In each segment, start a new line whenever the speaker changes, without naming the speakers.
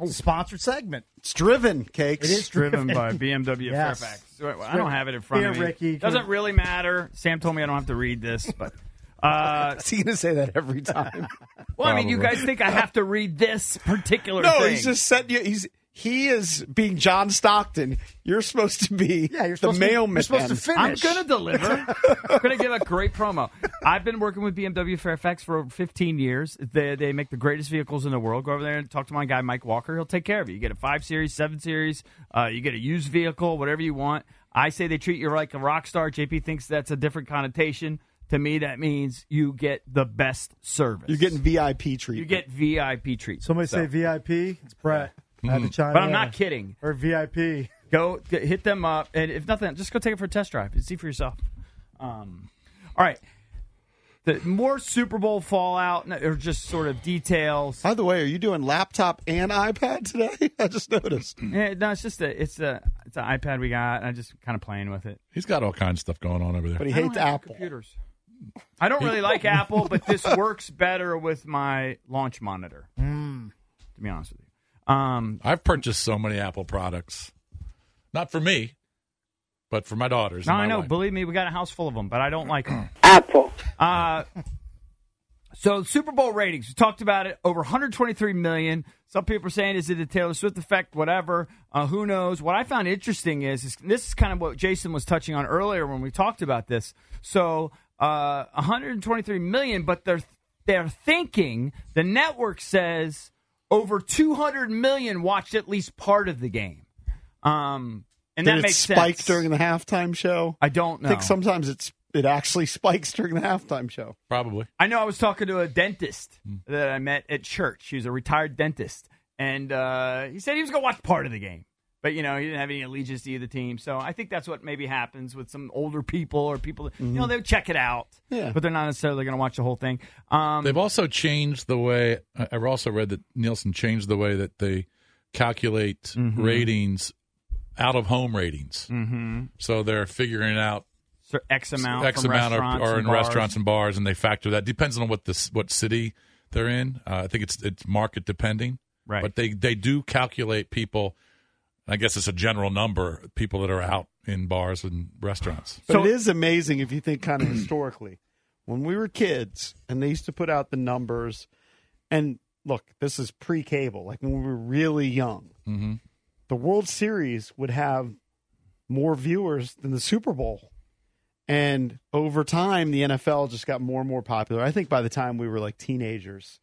It's a sponsored segment.
It's driven, cakes.
It is
driven by BMW
Yes.
Fairfax. Wait, well, I don't have it in front of
Here,
me.
Ricky, can-
Doesn't really matter. Sam told me I don't have to read this, but uh,
Is he gonna say that every time?
well, I mean, you guys think I have to read this particular
no,
thing?
he's just setting you. He's he is being John Stockton. You're supposed to be
Yeah, you're
the
supposed to.
mailman.
You're supposed to finish.
I'm gonna deliver. I'm gonna give a great promo. I've been working with BMW Fairfax for over 15 years. They, they make the greatest vehicles in the world. Go over there and talk to my guy Mike Walker. He'll take care of you. You get a five series, seven series. Uh, you get a used vehicle, whatever you want. I say they treat you like a rock star. JP thinks that's a different connotation. To me, that means you get the best service.
You're getting VIP treatment.
you get VIP treat.
Somebody say VIP. It's Brett. I had to chime
Mm. but I'm
in.
not kidding.
Or VIP.
Go g- hit them up, and if nothing, just go take it for a test drive and see for yourself. Um, all right. The more Super Bowl fallout n- or just sort of details.
By the way, are you doing laptop and iPad today? I just noticed.
Eh, no, it's just a it's a it's an iPad we got, and I'm just kind of playing with it.
He's got all kinds of stuff going on over there.
But he
I don't
hates
have
Apple.
computers. I don't really like Apple, but this works better with my launch monitor. Hmm. To be honest with you, um,
I've purchased so many Apple products, not for me, but for my daughters.
No,
and my
I know.
wife.
Believe me, we got a house full of them, but I don't like them.
Apple.
Uh, so Super Bowl ratings, we talked about it. Over 123 million. Some people are saying, is it a Taylor Swift effect? Whatever. Uh, who knows? What I found interesting is, is this is kind of what Jason was touching on earlier when we talked about this. So uh, 123 million, but they're they're thinking the network says over 200 million watched at least part of the game. Um, and
Did
that
it
makes
spike
sense.
during the halftime show?
I don't know.
think sometimes it's it actually spikes during the halftime show.
Probably.
I know I was talking to a dentist
Hmm.
that I met at church. He was a retired dentist, and uh, he said he was going to watch part of the game, but you know he didn't have any allegiance to either team. So I think that's what maybe happens with some older people or people that, you know
Mm-hmm.
they'll check it out,
Yeah.
but they're not necessarily going to watch the whole thing. Um,
They've also changed the way. I- I've also read that Nielsen changed the way that they calculate
Mm-hmm.
ratings, out of home ratings. Mm-hmm. So they're figuring out
so X amount,
X
from
amount of,
restaurants
are
and
in
bars.
restaurants and bars, and they factor that. Depends on what this what city they're in. Uh, I think it's it's market depending.
Right.
But they they do calculate people. I guess it's a general number people that are out in bars and restaurants.
But
So-
it is amazing if you think kind of historically. When we were kids and they used to put out the numbers, and look, this is pre cable, like when we were really young,
Mhm.
the World Series would have more viewers than the Super Bowl. And over time, the NFL just got more and more popular. I think by the time we were like teenagers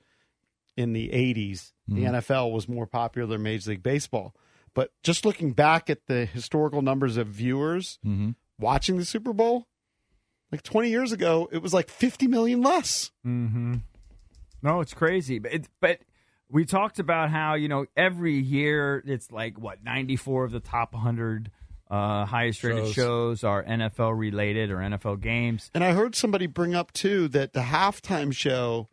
in the 80s, the NFL was more popular than Major League Baseball. But just looking back at the historical numbers of viewers,
Mm-hmm.
watching the Super Bowl. Like 20 years ago, it was like 50 million less.
Mm-hmm. No, it's crazy, but it, but we talked about how you know every year it's like what ninety four of the top hundred uh, highest rated
Shows.
shows are NFL related or NFL games.
And I heard somebody bring up too that the halftime show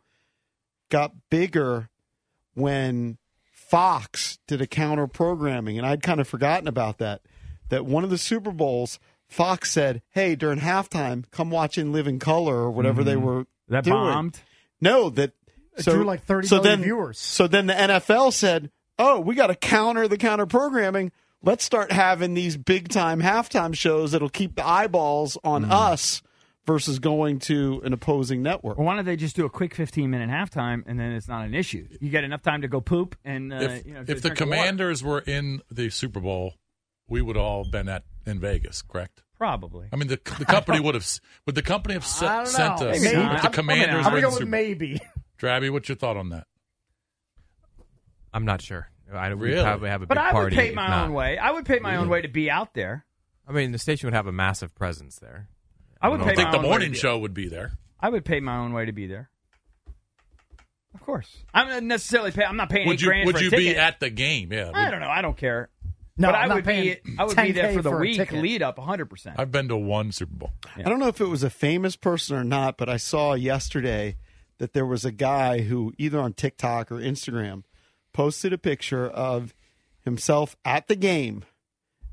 got bigger when Fox did a counter programming. And I'd kind of forgotten about that. That one of the Super Bowls, Fox said, Hey, during halftime, come watch In Living Color or whatever they were
That
doing.
bombed.
No, that
It drew like 30
so
million
then,
viewers.
So then the NFL said, "Oh, we got to counter the counter programming. Let's start having these big time halftime shows that'll keep the eyeballs on us versus going to an opposing network."
Or why don't they just do a quick fifteen minute halftime and then it's not an issue? You get enough time to go poop and uh,
if
you know,
if the
drink water.
Commanders were in the Super Bowl, we would all been at in Vegas, correct?
Probably.
I mean, the, the company would have s- would the company have se-
I don't
sent
know.
us
Maybe.
with the
I'm- I'm
commanders?
gonna
I'm
winning
going with
Super-
maybe.
Drabby, what's your thought on that?
I'm not sure. I would
Really?
probably have a big
But I would
party
pay
if
my
not.
own way. I would pay my own way to be out there.
I mean, the station would have a massive presence there.
I would
I
pay
don't
my
I think the
own way
morning
to be-
show would be there.
I would pay my own way to be there. Of course, I'm not necessarily. Pay, I'm not paying
Would
eight
you
grand
would
for a
you be
ticket.
at the game? Yeah,
I don't know. I don't care.
No,
but
I'm
I
not
would be.
paying
I would be there
10K
for the
for a
week
ticket.
lead up, 100. percent
I've been to one Super Bowl.
Yeah.
I don't know if it was a famous person or not, but I saw yesterday that there was a guy who, either on TikTok or Instagram, posted a picture of himself at the game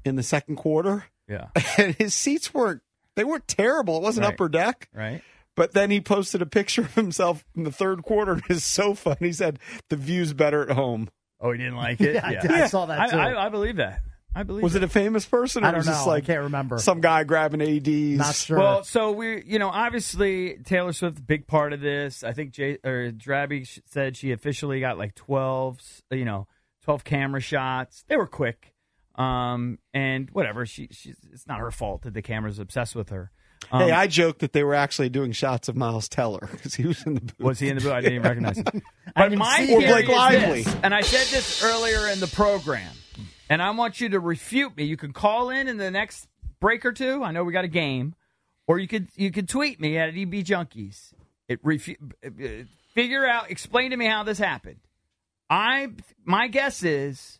in the second quarter,
Yeah.
and his seats weren't they weren't terrible. It wasn't
Right.
upper deck,
Right.
but then he posted a picture of himself in the third quarter in his sofa, and he said the view's better at home.
Oh, he didn't like it.
Yeah, I did. I saw that, too.
I, I, I believe that. I believe.
Was
that.
it a famous person? Or
I don't
was
know.
Just like
I can't remember.
Some guy grabbing ads.
Not sure.
Well, so we, you know, obviously Taylor Swift, big part of this. I think Jay or Drabby sh- said she officially got like twelve, you know, twelve camera shots. They were quick, um, and whatever. She, she's it's not her fault that the camera's obsessed with her. Um,
hey, I joked that they were actually doing shots of Miles Teller because he was in the booth.
was he in the booth? I didn't even recognize him.
I
But
didn't
my
see
theory
him.
Or Blake
is
Lively.
this, and I said this earlier in the program, and I want you to refute me. You can call in in the next break or two. I know we got a game, or you could you could tweet me at EB Junkies. It refu- uh, figure out, explain to me how this happened. I my guess is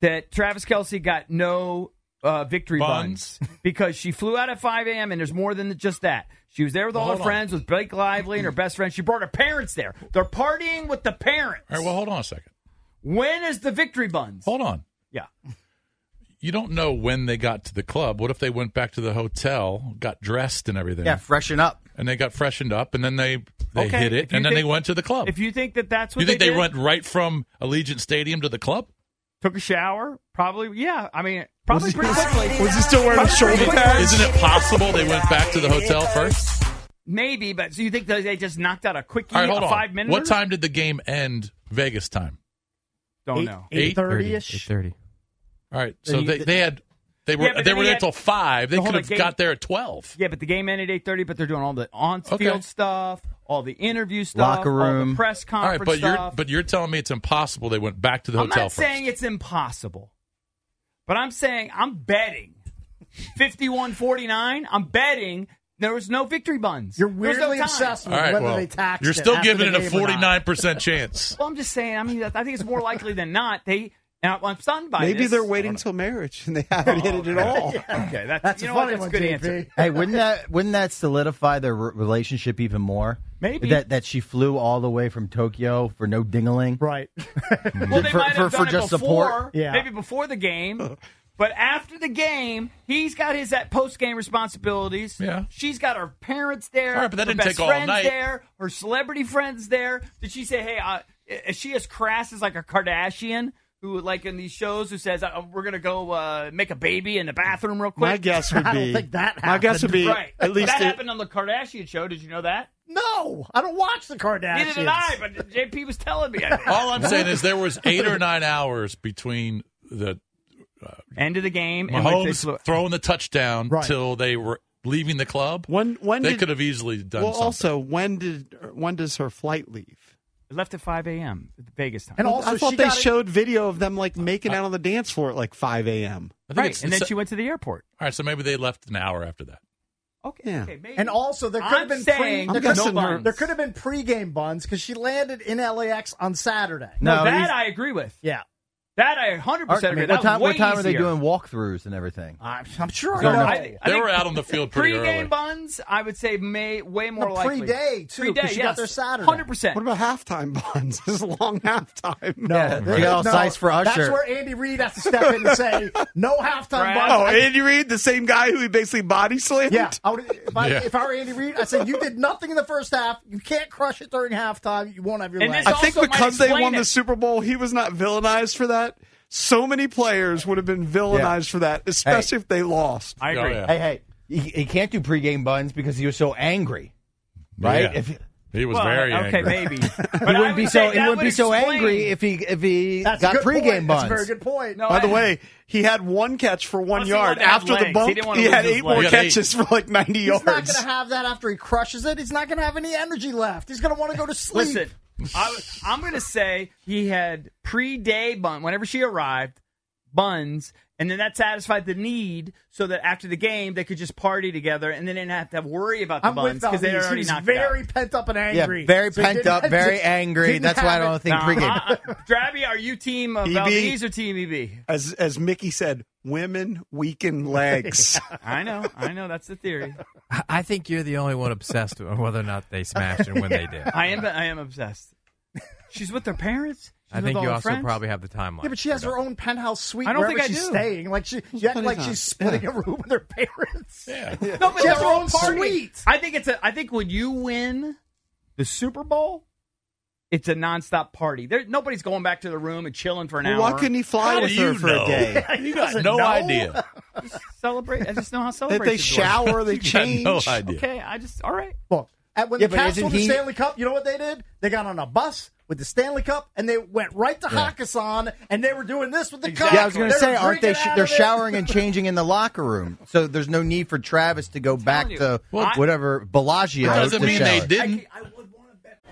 that Travis Kelsey got no uh, victory
Buns.
buns. because she flew out at 5 a.m. and there's more than just that. She was there with all
Hold
her
on.
friends, with Blake Lively and her best friend. She brought her parents there. They're partying with the parents.
All right, well, hold on a second.
when is the victory buns?
Hold on.
Yeah.
You don't know when they got to the club. What if they went back to the hotel, got dressed and everything,
Yeah, freshen up.
and they got freshened up, and then they they
Okay,
hit
if
it,
you
and then they
think-
went to the club.
If you think that that's what
you think
they,
they,
did,
went right from Allegiant Stadium to the club?
took a shower, probably, yeah. I mean, probably
Was he-
pretty quickly.
Was he still wearing shoulder pads?
Isn't it possible they went back to the hotel first?
Maybe, but so you think that they just knocked out a quickie,
All right, hold
a
on.
five minute?
What time did the game end? Vegas time.
Don't know.
eight thirty
8:30.
ish.
8:30.
All right, so they, they had they were
Yeah, but
they
then
were
he
there
had-
till five. They
Hold
could
on,
have
game-
got there at twelve.
Yeah, but the game ended eight thirty. But they're doing all the on-field
Okay.
stuff, all the interview stuff,
Locker
all the
room.
press
All right,
conference
but you're
stuff.
but you're telling me it's impossible they went back to the
I'm
hotel
not
first.
saying it's impossible, but I'm saying I'm betting fifty-one forty-nine. I'm betting there was no victory buns.
You're
There was no
weirdly
time.
obsessed
All
with
right,
whether
well,
they taxed.
you're still
after
giving
the
it a
game or not.
forty nine percent chance.
Well, I'm just saying. I mean, I think it's more likely than not. They, and I- I'm stunned by
Maybe
this.
they're waiting till marriage and they haven't hit it at all.
Okay, that's,
That's
you
a
know
funny
what? That's
one,
a good
JP.
answer.
Hey, wouldn't that wouldn't that solidify their re- relationship even more?
Maybe.
that that she flew all the way from Tokyo for no dingaling.
Right.
Well, they
For-
might
for-
have done
for
it
just
before,
support?
Yeah.
maybe before the game. But after the game, he's got his post game responsibilities.
Yeah.
she's got her parents there.
All right, but that
her
didn't
best
take all
friends
night.
There, her celebrity friends there. Did she say, "Hey, uh, is she as crass as like a Kardashian who, like in these shows, who says uh, we're gonna go uh, make a baby in the bathroom real quick"?
My guess would be.
I don't think that
My guess would
happened.
be
right.
at least
that
it-
happened on the Kardashian show. Did you know that?
No, I don't watch the Kardashians.
Neither did I, but JP was telling me. I think.
All I'm saying is there was eight or nine hours between the
End of the game. and like they
Mahomes
flew-
throwing the touchdown
Right.
till they were leaving the club.
when when
They
did,
could have easily done
well
something.
also when did when does her flight leave?
left at 5 a.m. at the Vegas time.
And also,
I thought
she
they
got it-
showed video of them like
Uh,
making out on the dance floor at like five a.m.
I think
right,
it's-
and then
it's-
she went to the airport.
All right, so maybe they left an hour after that.
Okay,
Yeah.
okay, maybe.
And also, there could
I'm
have been
saying
pre-
I'm
there could-
guessing
no
her-
buns.
there could have been pregame buns because she landed in LAX on Saturday.
no, that
he's-
I agree with.
Yeah,
That I 100 percent agree.
what
That
time,
was
what time
way
are they
easier.
doing walkthroughs and everything?
I'm, I'm sure. I
No,
know.
no.
I thi- I
They
think
were out on the field pretty
pre-game
early.
buns, I would say may way more
No,
likely.
pre-day, too, 'cause
Pre-day,
she
yes.
got there Saturday.
100. percent
What about halftime bonds? this is a long halftime.
No,
Yeah,
there-
she got all
no,
size for
That's
Usher.
where Andy Reid has to step in and say no halftime
Brad.
buns.
Oh,
I-
Andy Reid, the same guy who he basically body slammed.
Yeah, I would, if, I,
Yeah.
if I were Andy Reid, I said you did nothing in the first half. You can't crush it during halftime. You won't have your
And
legs.
this
I think
also might
because they
explain
won
it.
the Super Bowl, he was not villainized for that. So many players would have been villainized for that, especially if they lost.
I
Oh,
agree.
yeah.
Hey, hey, he, he can't do pregame buns because he was so angry, right?
Yeah.
If
He was
Well,
very
okay,
angry.
maybe. But
He
I
wouldn't be
would
so
say
he
that
wouldn't
would
be so
explain-
angry if he if he
That's
got
a good
pregame
point. That's
buns.
a very good point.
No,
By the
I-
way, he had one catch for one
Plus, he
yard.
wanted to have
After the
legs. He
bump, he,
didn't wanna lose
had
his
eight more
legs.
catches for like 90
He's not
yards.
going to have that after he crushes it. He's not going to have any energy left. He's going to want to go to sleep.
Listen, I, am going to say he had pre-day bun whenever she arrived, buns, and then that satisfied the need so that after the game they could just party together and they didn't have to worry about the
I'm
buns
with
because they
Valdez.
had
He
already
was
knocked
very
out.
pent up and
Yeah,
angry.
very
So he
pent
didn't
up,
have-
very
didn't
angry. That's why I
have
don't
it.
think pregame.
Uh, uh, Drabby, are you team uh,
EB?
Valdez or team EB?
As, as Mickey said, women weaken legs.
I know, I know, that's the theory.
I- I think you're the only one obsessed with whether or not they smashed and when they did.
I am, I am obsessed. She's with her parents. She's
I
with
think
all
you
her
also
friends.
probably have the timeline.
Yeah, but she has her own penthouse suite
I don't
wherever
think I
she's
do.
staying. Like she, she act
plenty
like
of
she's
time.
splitting a room with her parents.
Yeah.
No, but
She has
they're
her
all
own
partying.
suite.
I think it's a. I think when you win the Super Bowl, it's a nonstop party. There, nobody's going back to the room and chilling for an hour.
Why couldn't he fly
How
with
do
her
you
for
know?
a day?
You got no idea.
celebrate? I just know how celebrate.
That they shower, they
You got
change.
no idea.
Okay, I just all right.
Look, at, when
Yeah,
the
but
Cavs
isn't
won the
he-
Stanley Cup, you know what they did? They got on a bus with the Stanley Cup and they went right to Hakkasan and they were doing this with the cup.
Yeah, I was going to
They
say,
were
aren't they?
drinking out
They're
of it.
showering and changing in the locker room, so there's no need for Travis to go back
you.
to
Well,
whatever Bellagio.
It doesn't
to
mean
shower.
they didn't.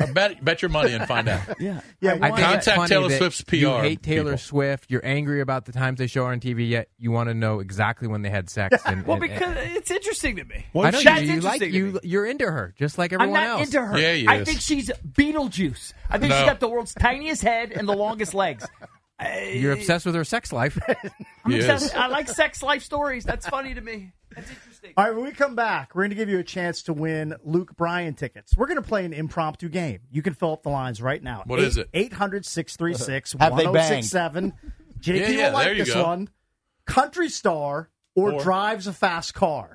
I bet, bet your money and find out.
Yeah,
Yeah,
I think it's
Contact
funny
Taylor
that
Swift's
You
PR
hate Taylor
people.
Swift. You're angry about the times they show her on TV. Yet you want to know exactly when they had sex. And,
Well,
and- and-
because it's interesting to me.
I know
That's
you, you like
interesting to
you.
me.
You're into her, just like
I'm
everyone
not
else.
into her.
Yeah, he
I
is.
think she's Beetlejuice. I think she's
No.
got the world's tiniest head and the longest legs. I,
You're obsessed with her sex life.
I'm
Yes.
obsessed- I like sex life stories. That's funny to me. That's interesting.
All right, when we come back, we're going to give you a chance to win Luke Bryan tickets. We're going to play an impromptu game. You can fill up the lines right now.
What is it?
800 636
Have they banged?
1067. JP
Yeah, yeah,
will like
there you
this
go.
one. Country star or,
Or-
drives a fast car.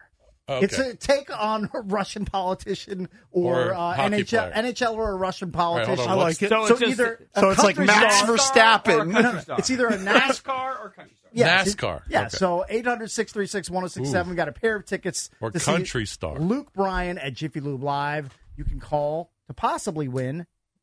Okay.
It's a take on a Russian politician or,
Or a
uh,
hockey
NHL,
player.
NHL or a Russian
on,
politician.
I like
it.
So
So
it's just-
either a
So it's like
country
Max
star-
Verstappen.
Or a country star.
It's either a NASCAR
NASCAR or country star.
Yeah, it's-
NASCAR.
Yeah,
Okay.
so 800 636 1067. Got a pair of tickets.
Or
to see
country star.
Luke Bryan at Jiffy Lube Live. You can call to possibly win